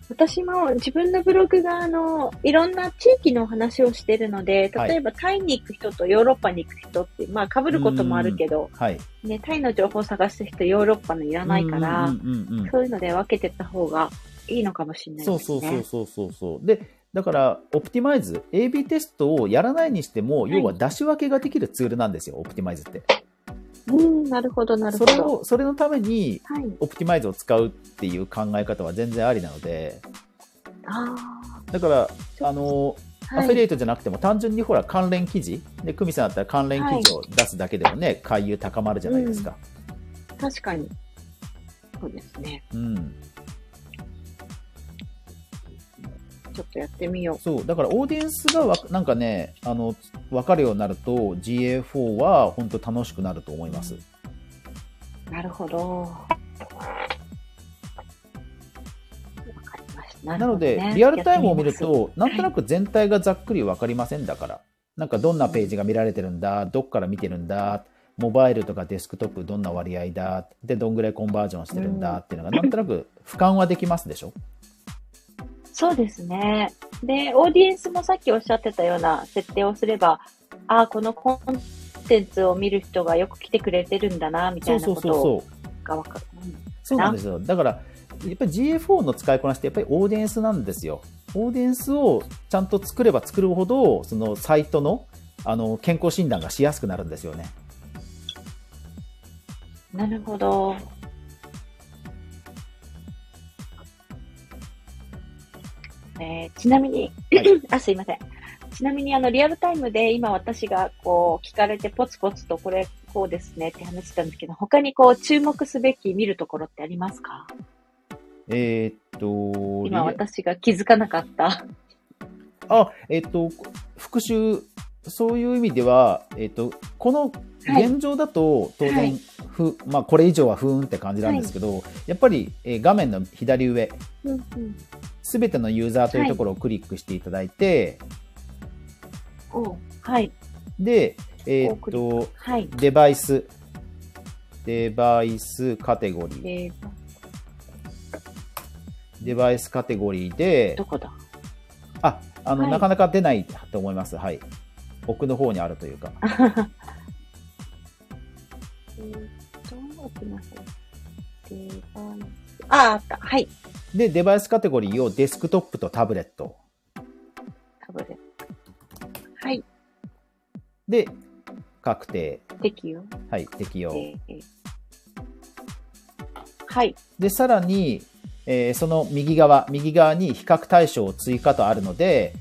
Speaker 2: 私も自分のブログがあのいろんな地域のお話をしてるので
Speaker 1: はい
Speaker 2: 例えばタイに行く人とヨーロッパに行く人って、まあかぶることもあるけど、
Speaker 1: はい。
Speaker 2: ね、タイの情報を探す人ヨーロッパのいらないから、
Speaker 1: うんうんうんうん
Speaker 2: そういうので分けてった方がいいのかもしれない
Speaker 1: そう
Speaker 2: です
Speaker 1: そ
Speaker 2: ね。
Speaker 1: うそうそうそうそう。で、だから、オプティマイズ、AB テストをやらないにしても、
Speaker 2: い
Speaker 1: 要は出し分けができるツールなんですよ、オプティマイズって。
Speaker 2: うん、なるほど、なる
Speaker 1: そ
Speaker 2: ほ
Speaker 1: れ
Speaker 2: ど。
Speaker 1: を、それのために、
Speaker 2: はい。
Speaker 1: オプティマイズを使うっていう考え方は全然ありなので、
Speaker 2: あ
Speaker 1: だから、あの、
Speaker 2: あ、
Speaker 1: アフィリエ
Speaker 2: い。
Speaker 1: イトじゃなくても単純にほら関連記事で久美さんだったら関連記事を出すだけでもね、回遊高まるじゃないですか、
Speaker 2: 確かに。そうですね。
Speaker 1: うん、
Speaker 2: ちょっとやってみよ
Speaker 1: そうだからオーディエンスがわなんかねあの分かるようになると GA4 は本当楽しくなると思います
Speaker 2: う。なるほど。わかりました。な
Speaker 1: な
Speaker 2: るほ
Speaker 1: の
Speaker 2: どね
Speaker 1: で、リアルタイムを見る、
Speaker 2: やって
Speaker 1: となんとなく全体がざっくり分かりませんだからなんかどんなページが見られてるんだどっから見てるんだモバイルとかデスクトップどんな割合だでどんぐらいコンバージョンしてるんだっていうのがなんとなく俯瞰はできますでしょ
Speaker 2: みますそうですね。で、オーディエンスもさっきおっしゃってたような設定をすれば、ああ、このコンテンツを見る人がよく来てくれてるんだな、みた
Speaker 1: そ
Speaker 2: いうな
Speaker 1: そう
Speaker 2: こ
Speaker 1: そう
Speaker 2: と
Speaker 1: そう
Speaker 2: がわかる。うん
Speaker 1: そうなんですよ。だから、やっぱり GA4 の使いこなしって、やっぱりオーディエンスなんですよ。オーディエンスをちゃんと作れば作るほど、そのサイトのあの健康診断がしやすくなるんですよね。
Speaker 2: なるほど。えーちなみに、
Speaker 1: はい
Speaker 2: あ、すいません。ちなみに、あの、リアルタイムで今私がこう、聞かれてポツポツとこれ、こうですねって話してたんですけど、他にこう、注目すべき見るところってありますか
Speaker 1: えーっと、
Speaker 2: 今
Speaker 1: リ
Speaker 2: 私が気づかなかった。
Speaker 1: あ、えーっと、復習、そういう意味では、えーっと、この現状だと当然、
Speaker 2: はい
Speaker 1: ふまあ、これ以上はふーんって感じなんですけど、やっぱり、えー画面の左上、
Speaker 2: うんうん。
Speaker 1: すべてのユーザーというところをクリックしていただいて、
Speaker 2: おうはい。
Speaker 1: で、えー
Speaker 2: こうク
Speaker 1: っ
Speaker 2: リ
Speaker 1: と、
Speaker 2: はい。
Speaker 1: デバイス、デバイスカテゴリー、
Speaker 2: えー、
Speaker 1: デバイスカテゴリーで
Speaker 2: ど、こだ
Speaker 1: あ、あの、
Speaker 2: はい
Speaker 1: なかなか出ないと思います。はい。奥の方にあるというか。
Speaker 2: えーっと、奥の方。デバイス。ああ、あった。はい。
Speaker 1: で、デバイスカテゴリーをデスクトップとタブレット。
Speaker 2: タブレット。はい。
Speaker 1: で、確定。
Speaker 2: 適用。
Speaker 1: はい、適用。
Speaker 2: えーはい。
Speaker 1: で、さらに、えーその右側、右側に比較対象を追加とあるので、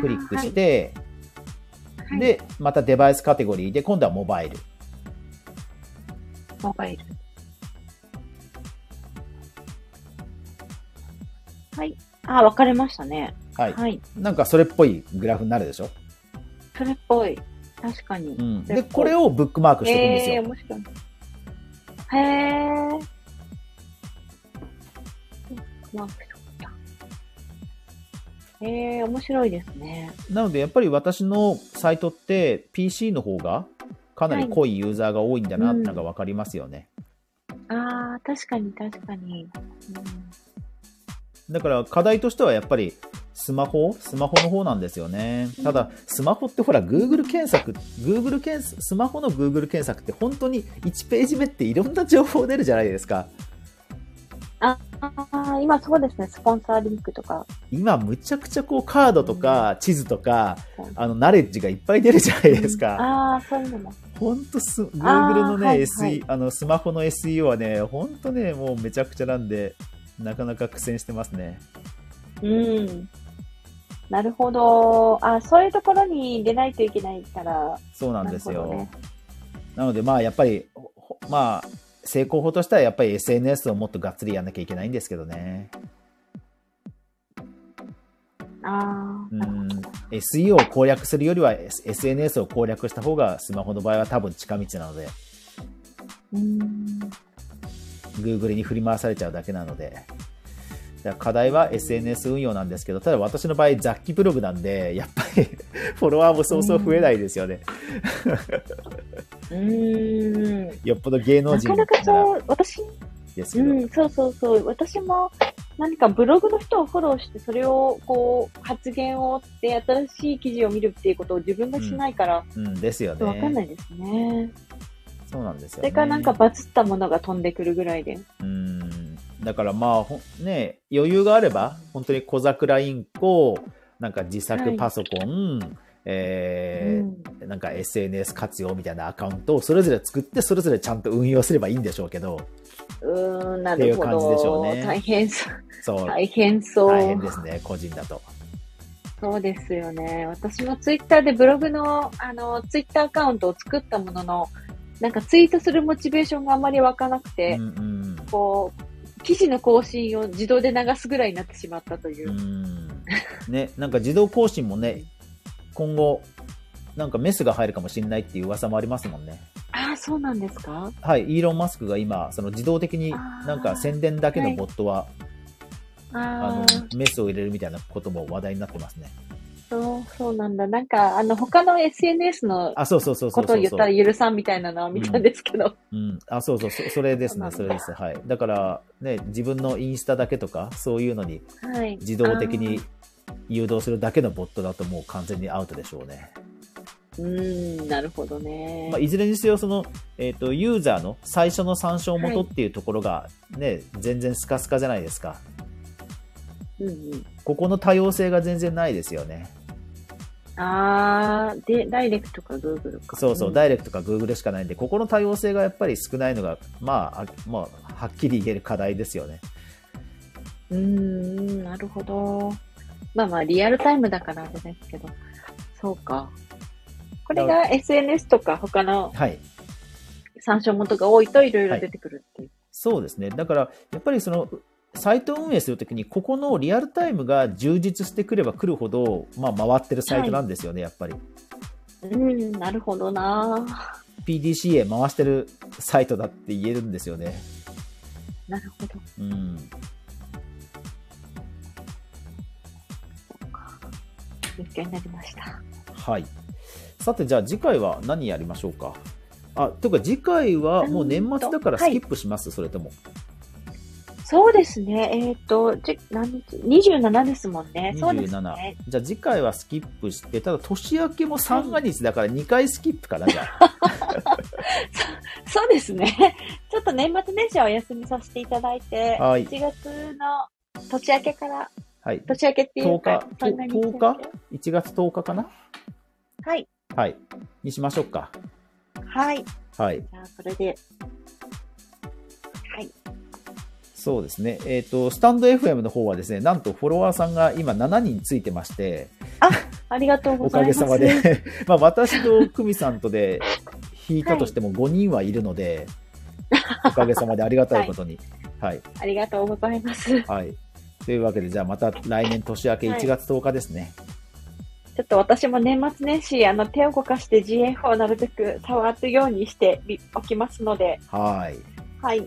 Speaker 1: クリックして、
Speaker 2: あー、はい、はい
Speaker 1: で、またデバイスカテゴリーで、今度はモバイル。
Speaker 2: モバイル。はい。あ、分かれましたね。
Speaker 1: はい。
Speaker 2: はい。
Speaker 1: なんかそれっぽいグラフになるでしょ。
Speaker 2: それっぽい。確かに。
Speaker 1: うん。
Speaker 2: で
Speaker 1: で、これをブックマークしていくんですよ
Speaker 2: へえ、。面白い。へえ。マークしとった。へえ、面白いですね。
Speaker 1: なのでやっぱり私のサイトって PC の方がかなり濃いユーザーが多いんだなってのが分かりますよね、
Speaker 2: ああ、確かに確かに。うん
Speaker 1: だから課題としてはやっぱりスマホスマホの方なんですよね
Speaker 2: うん
Speaker 1: ただスマホってほら Google 検索 Google 検索スマホの Google 検索って本当に1ページ目っていろんな情報出るじゃないですか
Speaker 2: ああ、今そうですね、スポンサーリンクとか。
Speaker 1: 今むちゃくちゃこうカードとか地図とか
Speaker 2: うん
Speaker 1: あのナレッジがいっぱい出るじゃないですか、
Speaker 2: ああ、そういうのも。
Speaker 1: 本当す Google のね、
Speaker 2: はいはい
Speaker 1: SE あのスマホの SEO はね本当ねもうめちゃくちゃなんでなかなか苦戦してますね
Speaker 2: うん。なるほど。あそういうところに出ないといけないから。
Speaker 1: そうなんです
Speaker 2: なる
Speaker 1: よ
Speaker 2: ほ
Speaker 1: な,、
Speaker 2: どね
Speaker 1: のでまあやっぱりほほまあ成功法としてはやっぱり SNS をもっとがっつりやんなきゃいけないんですけどねう
Speaker 2: ああ、なるほ
Speaker 1: ん
Speaker 2: ど。
Speaker 1: SEO を攻略するよりは S- SNS を攻略した方がスマホの場合は多分近道なので
Speaker 2: うん。
Speaker 1: Google に振り回されちゃうだけなので。だから課題は SNS 運用なんですけど、ただ私の場合、雑記ブログなんで、やっぱり フォロワーもそうそう増えないですよね。
Speaker 2: うん。
Speaker 1: よっぽど芸能
Speaker 2: な
Speaker 1: 人
Speaker 2: かなか
Speaker 1: なら
Speaker 2: そう、私、
Speaker 1: ですけ
Speaker 2: う
Speaker 1: ど。
Speaker 2: ん、そうそうそう。私も何かブログの人をフォローして、それをこう、発言を追って、新しい記事を見るっていうことを自分がしないから、
Speaker 1: うん、ですよね。
Speaker 2: わかんないですね。
Speaker 1: そうなんですよ、
Speaker 2: そ
Speaker 1: ね。
Speaker 2: れからなんかバズったものが飛んでくるぐらいで。
Speaker 1: うんだからまあほんね余裕があれば本当に小桜インコなんか自作パソコン、え
Speaker 2: うん
Speaker 1: ーなんか SNS 活用みたいなアカウントをそれぞれ作ってそれぞれちゃんと運用すればいいんでしょうけど
Speaker 2: うーん、なる
Speaker 1: ってい
Speaker 2: ほ
Speaker 1: う感じでしょ
Speaker 2: ど。
Speaker 1: うね
Speaker 2: 大変そう。
Speaker 1: そう
Speaker 2: 大変そう。
Speaker 1: 大変ですね個人だと。
Speaker 2: そうですよね。私もツイッターでブログの、あの、ツイッターアカウントを作ったものの、なんかツイートするモチベーションがあんまり湧かなくて、
Speaker 1: うん
Speaker 2: こう、記事の更新を自動で流すぐらいになってしまったというう。
Speaker 1: んうんねなんか自動更新もね今後なんかメスが入るかもしれないっていう噂もありますもんね。
Speaker 2: ああ、そうなんですか
Speaker 1: はい、イーロン・マスクが今、その自動的になんか宣伝だけのボットは
Speaker 2: あ
Speaker 1: あ
Speaker 2: あ、
Speaker 1: のメスを入れるみたいなことも話題になってますね。
Speaker 2: そう、そうなんだ。なんか、あの、他の SNS の
Speaker 1: あ、そうそうそうそ
Speaker 2: こ
Speaker 1: う
Speaker 2: と
Speaker 1: そ
Speaker 2: を
Speaker 1: う
Speaker 2: 言ったら許さんみたいなのは見たんですけど。
Speaker 1: うん、あ、そうそうそ、それですね、そ
Speaker 2: そう
Speaker 1: れ
Speaker 2: なん
Speaker 1: で
Speaker 2: だ
Speaker 1: す。はい。だから、ね、自分のインスタだけとか、そういうのに
Speaker 2: はい。
Speaker 1: 自動的に
Speaker 2: あ
Speaker 1: 誘導するだけのボットだと、もう完全にアウトでしょうね。
Speaker 2: ー。うーん、なるほどね。
Speaker 1: まあ、いずれにせよ、その、えっ、と、ユーザーの最初の参照元っていうところが、ね、全然スカスカじゃないですか。
Speaker 2: うんうん
Speaker 1: ここの多様性が全然ないですよね。
Speaker 2: あー、で、ダイレクトか Google か。
Speaker 1: そうそう、
Speaker 2: ん
Speaker 1: ダイレクトか Google しかないんで、ここの多様性がやっぱり少ないのが、まあ、あまあ、はっきり言える課題ですよね。
Speaker 2: うーん、なるほど。まあまあ、リアルタイムだからあれですけど。そうか。これ
Speaker 1: だ
Speaker 2: が SNS とか他の
Speaker 1: はい。
Speaker 2: 参照元が多いといろいろ出てくるっていう。
Speaker 1: そうですね。だから、やっぱりその、サイト運営するときに、ここのリアルタイムが充実してくればくるほど、まあ、回ってるサイトなんですよね、やっぱり。
Speaker 2: うん、なるほどな
Speaker 1: PDCA 回してるサイトだって言えるんですよね。
Speaker 2: なるほど。
Speaker 1: うん。
Speaker 2: 勉強になりました。
Speaker 1: はい。さて、じゃあ次回は何やりましょうか。あ、というか次回はもう年末だからスキップします、それとも。
Speaker 2: そうですね。えっ、と、じ何日 ?27 ですもんね。そうです
Speaker 1: 27
Speaker 2: ね。
Speaker 1: じゃあ次回はスキップして、ただ年明けも三が日だから2回スキップかな、じゃ あ。
Speaker 2: そうですね。 ちょっと年末年始はお休みさせていただいて、
Speaker 1: はい
Speaker 2: 1月の年明けから、
Speaker 1: はい。
Speaker 2: 年明けっていうか、
Speaker 1: 10日
Speaker 2: そんなに
Speaker 1: 10日1月10日かな
Speaker 2: はい。
Speaker 1: はい。にしましょうか。
Speaker 2: はい。
Speaker 1: はい。
Speaker 2: じゃあ、それで。はい。
Speaker 1: そうですね。えっ、と、スタンド FM の方はですね、なんとフォロワーさんが今7人ついてまして、
Speaker 2: ありがとうご
Speaker 1: お
Speaker 2: ざ
Speaker 1: かげ
Speaker 2: います。
Speaker 1: さまで、 まあ私と久美さんとで引いたとしても5人はいるの で、おかげさまでありがたいことに。はい。
Speaker 2: ありがとうございます。ち
Speaker 1: はい。というわけで、じゃあまた来年年明け1月10日ですね。
Speaker 2: ょっと私も年末年始、あの、手を動かして GF をなるべく触るようにしてみおきますので、
Speaker 1: はい。
Speaker 2: はい。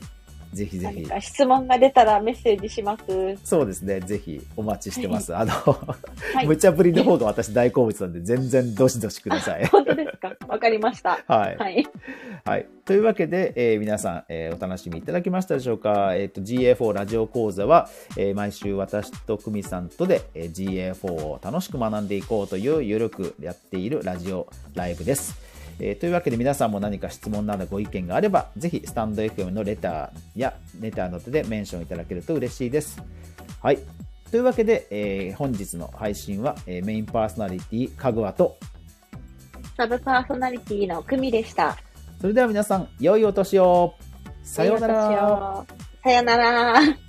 Speaker 1: ぜひぜ
Speaker 2: 何
Speaker 1: ひ。
Speaker 2: か質問が出たらメッセージし ます。
Speaker 1: そうですね。ぜひお待ちしてます。あの、
Speaker 2: はい。。
Speaker 1: 無茶ぶりの方が私大好物なんで、全然どしどしください
Speaker 2: 本当ですかわかりました。
Speaker 1: はい、はい。
Speaker 2: はい。
Speaker 1: というわけで、えー皆さん、えーお楽しみいただきましたでしょうか。えっ、と、GA4 ラジオ講座は、えー毎週私と久美さんとで、えー GA4 を楽しく学んでいこうという、ゆるくやっているラジオライブです。えーというわけで皆さんも何か質問などご意見があれば、ぜひスタンド FM のレターやレターの手でメンションいただけると嬉しいです。はい。というわけで、えー本日の配信は、えーメインパーソナリティ、かぐわと、
Speaker 2: サブパーソナリティの久美でした。
Speaker 1: それでは皆さん、良いお年をさようなら
Speaker 2: 良いお年を。さようなら。